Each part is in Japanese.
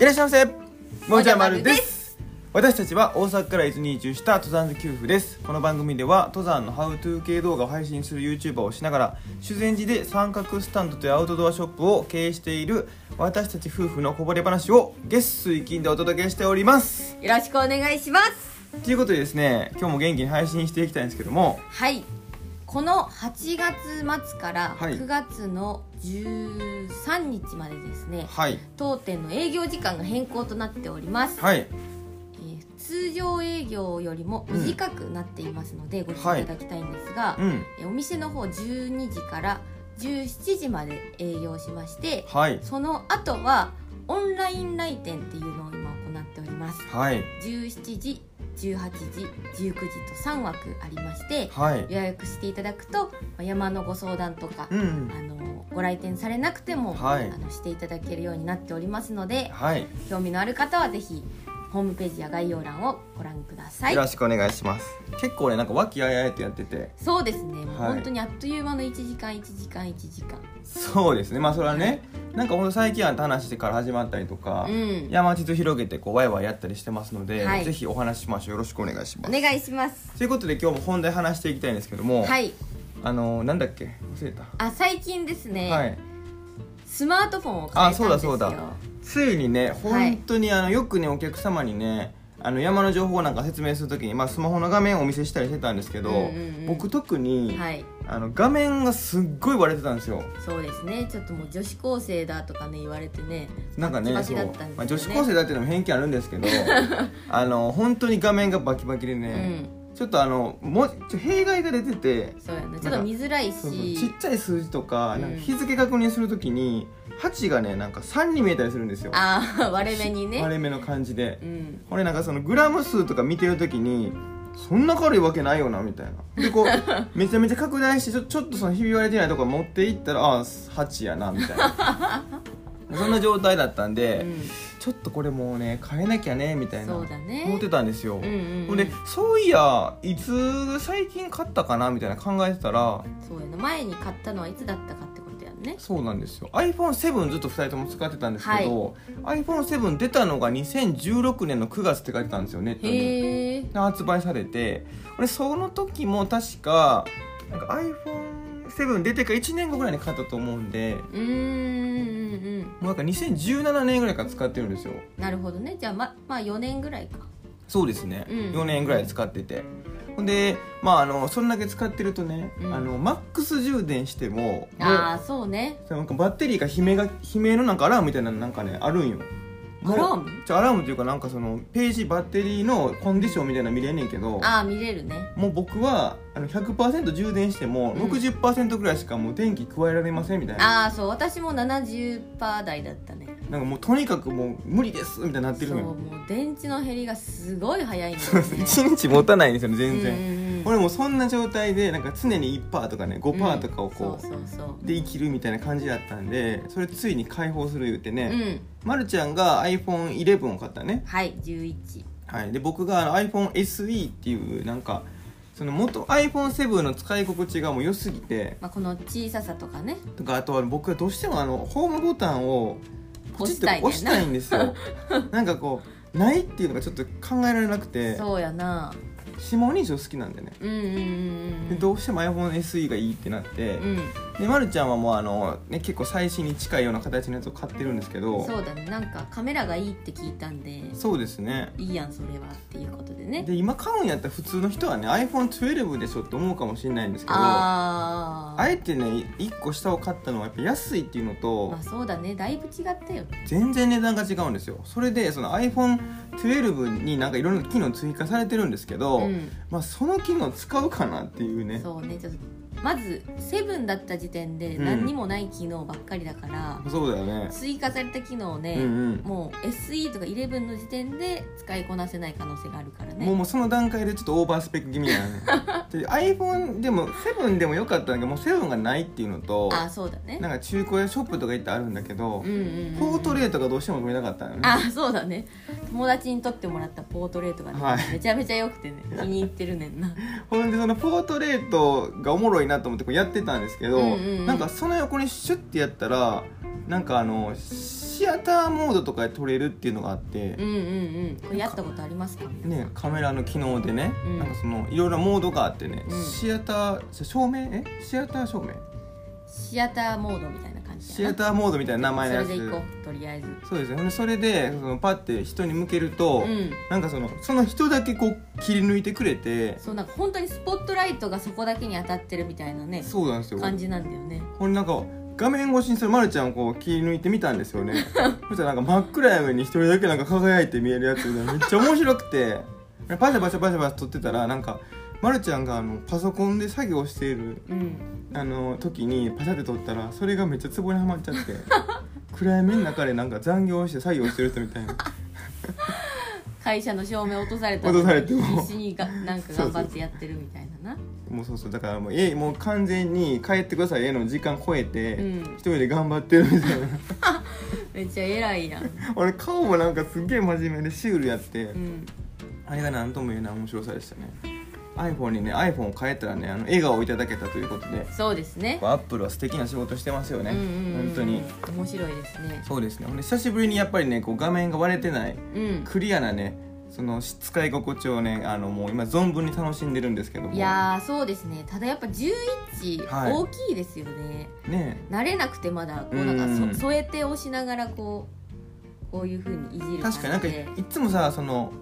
いらっしゃいませもじゃまるでもじゃまるです私たちは大阪から伊豆に移住した登山給付ですこの番組では登山のハウトゥー系動画を配信する YouTuber をしながら修善寺で三角スタンドというアウトドアショップを経営している私たち夫婦のこぼれ話を月水金でお届けしておりますよろしくお願いしますということでですね今日も元気に配信していきたいんですけどもはいこの8月末からはい9月の13日までですね、はい当店の営業時間が変更となっております、はいえー通常営業よりも短くなっていますので、ご注意いただきたいんですが、うんえーお店の方12時から17時まで営業しましてはいその後はオンライン来店っていうのを今行っておりますはい17時18時19時と3枠ありましてはい予約していただくとまあ山のご相談とか、うんあのご来店されなくても、はいあのしていただけるようになっておりますのではい興味のある方はぜひホームページや概要欄をご覧くださいよろしくお願いします結構ねなんか和気あいあいってやっててそうですね、もうはい本当にあっという間の1時間1時間1時間そうですねまあそれはねなんかほんと最近は話してから始まったりとか、うん山地と広げてこうワイワイやったりしてますので、はいぜひお話ししましょうよろしくお願いしまおす願いしますということで今日も本題話していきたいんですけども、はいあのーなんだっけ忘れた、あ最近ですね、はいスマートフォンを買えたんですよあそうだそうだついにねい本当にあのよくねお客様にねあの山の情報なんか説明するときに、まあ、スマホの画面をお見せしたりしてたんですけど、うんうんうん僕特に、はいあの画面がすっごい割れてたんですよそうですねちょっともう女子高生だとかね言われてねなんかねバキそう、バキだったんですよねまあ、女子高生だっていうのも偏見あるんですけ どあの本当に画面がバキバキでね、ちょっとあのもちょ弊害が出ててそうやなちょっと見づらいしそうそうちっちゃい数字とか,、うんなんか日付確認するときに8がねなんか3に見えたりするんですよああ 割れ目にね割れ目の感じでう、んこれなんかそのグラム数とか見てるときにそんな軽いわけないよなみたいなでこ うめちゃめちゃ拡大してちょちょっとそのひび割れてないとこ持っていったらああ8やなみたいな そんな状態だったんで、うんちょっとこれもうね変えなきゃねみたいなそうだね思ってたんですよ、うんうんほうんんでそういやいつ最近買ったかなみたいな考えてたらそうやな前に買ったのはいつだったかってことやんねそうなんですよ iPhone7 ずっと2人とも使ってたんですけど、iPhone7 出たのが2016年の9月って書いてたんですよネットにへえで発売されて俺その時も確かなんか iPhone7 出てから1年後ぐらいに買ったと思うんでうんうんうんもうなんか2017年ぐらいから使ってるんですよなるほどねじゃあままあ4年ぐらいかそうですね、うん4年ぐらい使っててほんでまああのそんだけ使ってるとね、うんあのマックス充電してもああそうねもうなんかバッテリーが悲鳴が悲鳴のなんかアラームみたいなのなんかねあるんよもうアラームじゃあアラームというかなんかそのページバッテリーのコンディションみたいなの見れんねんけどああ見れるねもう僕はあの100%充電してもうん60%ぐらいしかもう電気加えられませんみたいな、ああそう私も70%台だったねなんかもうとにかくもう無理ですみたいになってそうるのよもう電池の減りがすごい早いんだよ ね1日持たないんですよね全然、然俺もうそんな状態でなんか常に1%とかね5%とかをこう、そうそうそうで生きるみたいな感じだったんでそれついに解放する言うてうね、んま、るちゃんが iPhone11 を買ったね、はい11はい、で僕があの iPhoneSE っていうなんかその元 iPhone7 の使い心地がもう良すぎてまあ、この小ささとかねとかあとは僕はどうしてもあのホームボタンをポチッと押押ししたたいいんですよなんかこうないっていうのがちょっと考えられなくてそうやな指紋認証好きなんでねうんうんうんうでんどうしても iPhoneSE がいいってなって、うんで、ま、るちゃんはもうあの、ね、結構最新に近いような形のやつを買ってるんですけどそうだねなんかカメラがいいって聞いたんでそうですねいいやんそれはっていうことでねで今買うんやったら普通の人はね iPhone12 でしょって思うかもしれないんですけどあああえてね1個下を買ったのはやっぱ安いっていうのとまあそうだねだいぶ違ったよ全然値段が違うんですよそれでその iPhone12 になんかいろんな機能追加されてるんですけど、うんまあその機能使うかなっていうねそうねちょっとまずセブンだった時点でうん何にもない機能ばっかりだから、そうだよね追加された機能をね、うんうんもう SE とか11の時点で使いこなせない可能性があるからねもうもうその段階でちょっとオーバースペック気味 なのねで iPhone でも7でもよかったんだけどもう7がないっていうのとあそうだねなんか中古屋ショップとか行ってあるんだけど、うんうんうんポートレートがどうしても取れなかったのよねあそうだね友達に撮ってもらったポートレートがね、はいめちゃめちゃ良くてね気に入ってるねんなほんでそのポートレートがおもろいなと思ってこうやってたんですけど、うんうんうんなんかその横にシュッてやったらなんかあのシシアターモードとかで撮れるっていうのがあってう、んうんうんこれやったことありますかね、カメラの機能でね、うんなんかそのいろいろモードがあってね、うんシアター照明えシアター照明シアターモードみたいな感じシアターモードみたいな名前のやつそれでいこうとりあえずそうですよねそれでそのパッて人に向けると、うんなんかそのその人だけこう切り抜いてくれてそうなんか本当にスポットライトがそこだけに当たってるみたいなねそうなんですよ感じなんだよねこれなんか画面越しにそれまるちゃんをこう切り抜いてみたんですよ ねそしたらなんか真っ暗やのに一人だけなんか輝いて見えるやつがめっちゃ面白くてパシャパシャパシャパシャ撮ってたらなんかまるちゃんがあのパソコンで作業しているうんあの時にパシャって撮ったらそれがめっちゃツボにはまっちゃって 暗闇の中でなんか残業して作業してる人みたいな会社の照明落とされた落とされても必死にがなんか頑張ってやってるみたいななもうそうそうだからもうえもう完全に帰ってくださいへの時間超えて、うん一人で頑張ってるみたいな めっちゃ偉いやん、俺顔もなんかすっげえ真面目でシュールやって、うん、あれが何とも言えない面白さでしたね iPhone にね iPhone を変えたらねあの笑顔をいただけたということでそうですねアップルは素敵な仕事してますよね、うんうんうん本当に面白いですねそうですねほんで久しぶりにやっぱりねこう画面が割れてないうんクリアなねその使い心地をねあのもう今存分に楽しんでるんですけどもいやーそうですねただやっぱ11はい大きいですよね、ね慣れなくてまだこうなうんんかそ添えて押しながらこうこういうふうにいじる感じ確でかになんかいっつもさその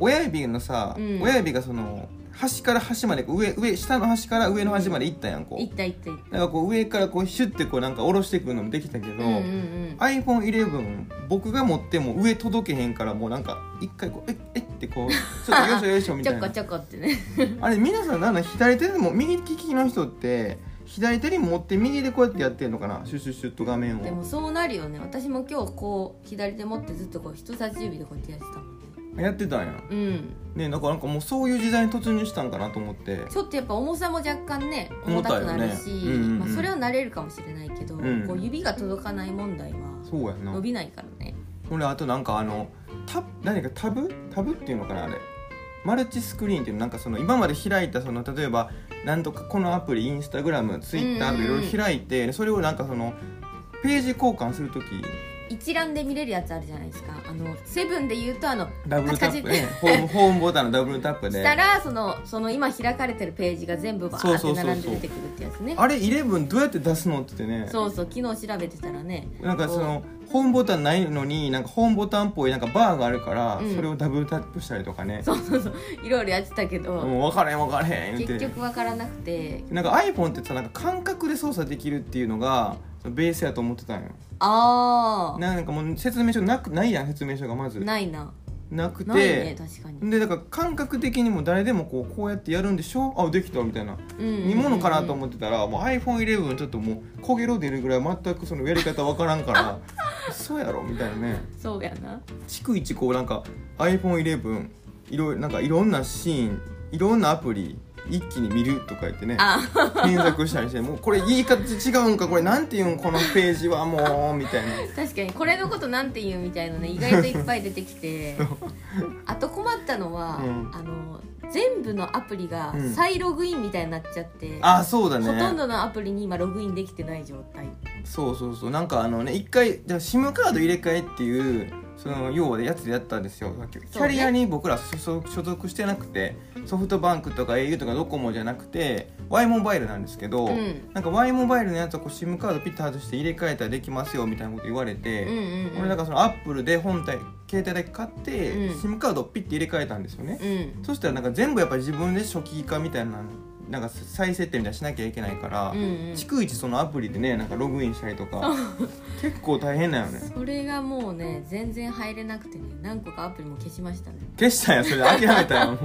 親指のさ、うん親指がその端から端まで上上下の端から上の端までいったやんこう、いったいったいっなんかこう上からこうシュッてこうなんか下ろしてくるのもできたけど、たうんうんうん、 iPhone11 僕が持っても上届けへんからもうなんか一回こうえっえっってこうちょっとよいしょよいしょみ たちょいこなちょこってねあれ皆さんなんだ左手でも右利きの人って左手に持って右でこうやってやってんのかなシュッシュッシュッと画面でをもそうなるよね私も今日こう左手持ってずっとこう人差し指でこうやってやってたもんねやってたんやうんねなんかなんかもうそういう時代に突入したんかなと思ってちょっとやっぱ重さも若干ね重重たたいくよなねるうし、んうんうんまあ、それは慣れるかもしれないけど、うんこう指が届かない問題はそうや伸なびないからねほらあとなんかあのタ何かタブタブっていうのかなあれマルチスクリーンっていうのなんかその今まで開いたその例えばなんとかこのアプリインスタグラムツイッターとかいろいろ開いて、それをなんかそのページ交換する時一覧で見れるやつあるじゃないですかあのセブンで言うとあのダブルタップねカチカチホ ームホームボタンのダブルタップしでたらそのその今開かれてるページが全部バそーうっそうてそうそう並んで出てくるってやつねあれ11どうやって出すのって言ってねそうそう昨日調べてたらねなんかそのホームボタンないのになんかホームボタンっぽいなんかバーがあるから、うんそれをダブルタップしたりとかねそうそうそういろいろやってたけど、もう分からへん分からへん言って結局わからなくてなんか iPhone ってさなんか感覚で操作できるっていうのがそのベースやと思ってたんよああなんかもう説明書なくないやん説明書がまずなないなくてないね確かに、でだから感覚的にも誰でもこうこうやってやるんでしょあできたみたいなうんうんうん煮物かなと思ってたらもう iPhone11 ちょっともう焦げろ出るぐらい全くそのやり方わからんから 嘘やろみたいなねそうやな逐一こうなんか iPhone11 いろいろなんかいろんなシーンいろんなアプリ一気に見るとか言ってねあ検索したりしてもうこれ言い方違うんかこれなんて言うんこのページはもうみたいな確かにこれのことなんて言うみたいなね意外といっぱい出てきてあと困ったのは、うんあの全部のアプリがうん再ログインみたいになっちゃって、あそうだねほとんどのアプリに今ログインできてない状態そうそうそうなんかあのね一回じゃあ SIM カード入れ替えっていうその要はやつでやったんですよキャリアに僕ら所属所属してなくてソフトバンクとか au とかドコモじゃなくて Y モバイルなんですけど、うんなんか Y モバイルのやつはこう SIM カードピッて外して入れ替えたらできますよみたいなこと言われて、うんうんうん俺なんかそのアップルで本体携帯だけ買って、うん SIM カードをピッて入れ替えたんですよね、うんそしたらなんか全部やっぱり自分で初期化みたいななんか再設定みたいなのしなきゃいけないから、うんうん逐一そのアプリでねなんかログインしたりとか結構大変だよねそれがもうね全然入れなくてね何個かアプリも消しましたね消したんやそれで諦めたよ もう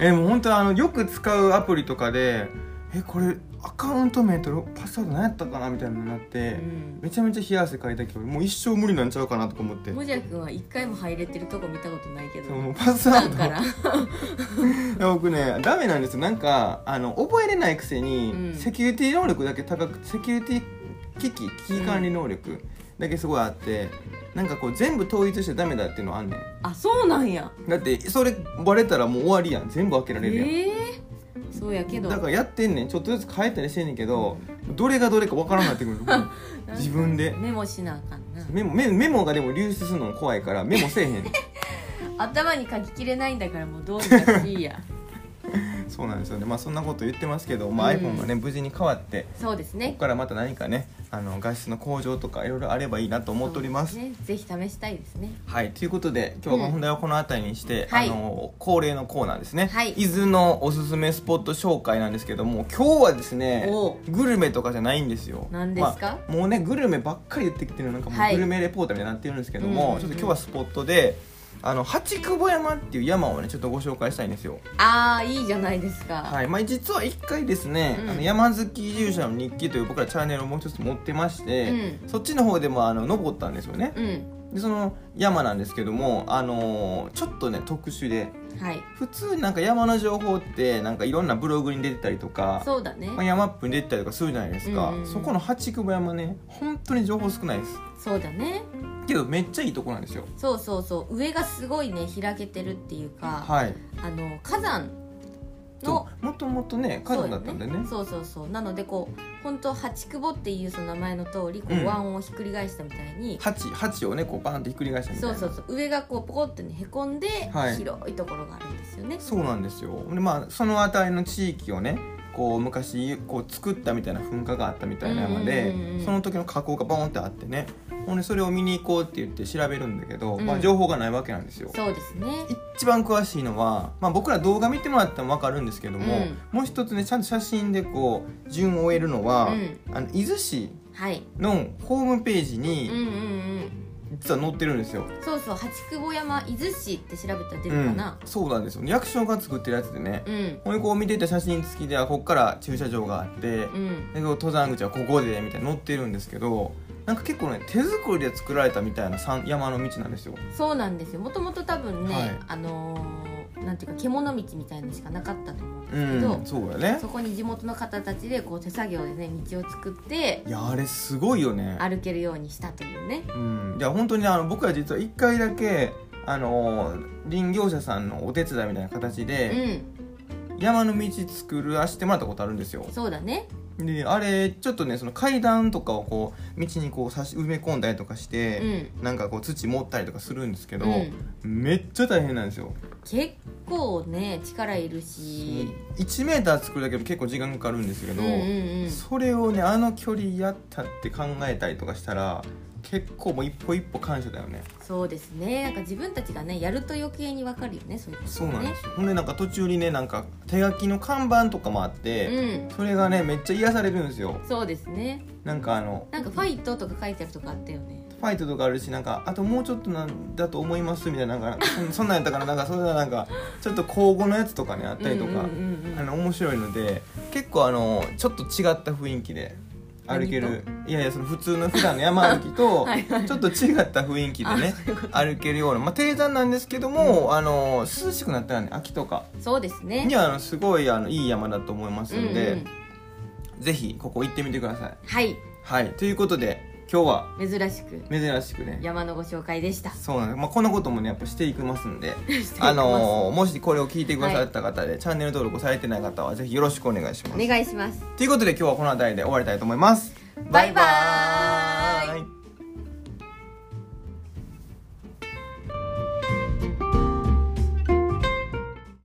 えもう本当あのよく使うアプリとかでえこれアカウント名とロパスワード何やったかなみたいなのになって、うんめちゃめちゃ冷や汗かいたけどもう一生無理なんちゃうかなとか思ってもじゃくんは一回も入れてるとこ見たことないけどそうもうパスワなーんド からいや僕ねダメなんですよなんかあの覚えれないくせに、うんセキュリティ能力だけ高くセキュリティ機器危機管理能力だけすごいあって、なんかこう全部統一しちゃダメだっていうのはあんねんあそうなんやだってそれバレたらもう終わりやん全部開けられるやん、ええそうやけどだからやってんねんちょっとずつ変えたりしてんねんけど、どれがどれかわからなく なってくる自分でメモしなあかんなメモメメモがでも流出するのも怖いからメモせえへん 頭に書ききれないんだからもうどうにかし いやそうなんですよねまあそんなこと言ってますけど、まあ、うん iPhone がね無事に変わってそうですこねこからまた何かねあの画質の向上とかいろいろあればいいなと思っておりますそうですね、ぜひ試したいですねはいということで今日は本題はこの辺りにして、はいあの恒例のコーナーですね、はい伊豆のおすすめスポット紹介なんですけども今日はですねおグルメとかじゃないんですよ何ですかまあもうねグルメばっかり言ってきてるなんかもうはいグルメレポーターみたいになってるんですけどうんうんも、うんちょっと今日はスポットであの八久保山っていう山をねちょっとご紹介したいんですよああいいじゃないですか、はいまあ、実は一回ですね、うんあの山好き移住者の日記という僕らチャンネルをもう一つ持ってまして、そっちの方でもあの登ったんですよねうんでその山なんですけども、あのーちょっとね特殊ではい普通なんか山の情報ってなんかいろんなブログに出てたりとか、そうだねまあ、山アップに出てたりとかするじゃないですか、うんうんそこの八久保山ね本当に情報少ないですそうだねけどめっちゃいいとこなんですよそうそうそう上がすごいね開けてるっていうか、はいあの火山のそうもともとね火山だったんでねそうそうそうなのでこう本当八久保っていうその名前の通りこうんう湾をひっくり返したみたいに、八八をねこうバーンってひっくり返したみたいそなうそうそう上がこうポコってねへこんで、はい広いところがあるんですよねそうなんですよでまあその辺りの地域をねこう昔こう作ったみたいな噴火があったみたいな山でうんうんうんうんその時の火口がボーンってあってねほんでそれを見に行こうって言って調べるんだけど、うんまあ、情報がないわけなんですよ。そうですね一番詳しいのは、まあ、僕ら動画見てもらったら分かるんですけども、うんもう一つねちゃんと写真でこう順を追えるのは、うんあの伊豆市はいのホームページうんうんに実は載ってるんですよ。そうそう八久保山伊豆市って調べたら出うるかんな、そうなんですよ役所が作ってるやつでね、うん、ほんでこう見てた写真付きではこっから駐車場があって、うんで登山口はここでみたいな載ってるんですけどなんか結構ね手作りで作られたみたいな山山の道なんですよそうなんですよもともと多分ね、はいあのーなんていうか獣道みたいのしかなかったと思うんでうすけど、んそうだねそこに地元の方たちでこう手作業でね道を作っていやあれすごいよね歩けるようにしたというねうんいや本当にねあの僕ら実は一回だけあのー林業者さんのお手伝いみたいな形うでん山の道作らせてもらったことあるんですよそうだねであれちょっとねその階段とかをこう道にこう差し埋め込んだりとかしうて、ん、なんかこう土持ったりとかするんですけど、うん、めっちゃ大変なんですよ結構ね力いるし、 1メーター作るだけでも結構時間かかるんですけうんど、うんうん、それをねあの距離やったって考えたりとかしたら結構もう一歩一歩感謝だよねそうですねなんか自分たちがねやると余計にわかるよねそういうことそうなんですよほんでなんか途中にねなんか手書きの看板とかもあって、ねそれがねめっちゃ癒されるんですようんそうですねなんかあのなんか「ファイト」とか書いてあるとかあったよねファイトとかあるしなんかあともうちょっとなんだと思いますみたいななんかそんそんなんやったからなんかそれはなんかちょっと口語のやつとかねあったりとか、うんうんうんうんあの面白いので結構あのちょっと違った雰囲気で歩けるいやいやその普通の普段の山歩きと はいはいちょっと違った雰囲気でねあそういうこ歩けるような、まあ、低山なんですけども、あの涼しくなったらね秋とかそうですねにはあのすごいあのいい山だと思いますんで、うんうんぜひここ行ってみてください。はいはいということで今日は珍しく珍しくね山のご紹介でしたそうなんです、まあ、こんなこともねやっぱしていきますんで失礼 しますあのもしこれを聞いてくださった方で、チャンネル登録されてない方はぜひよろしくお願いします。お願いしますということで今日はこの辺りで終わりたいと思います。バイバーイ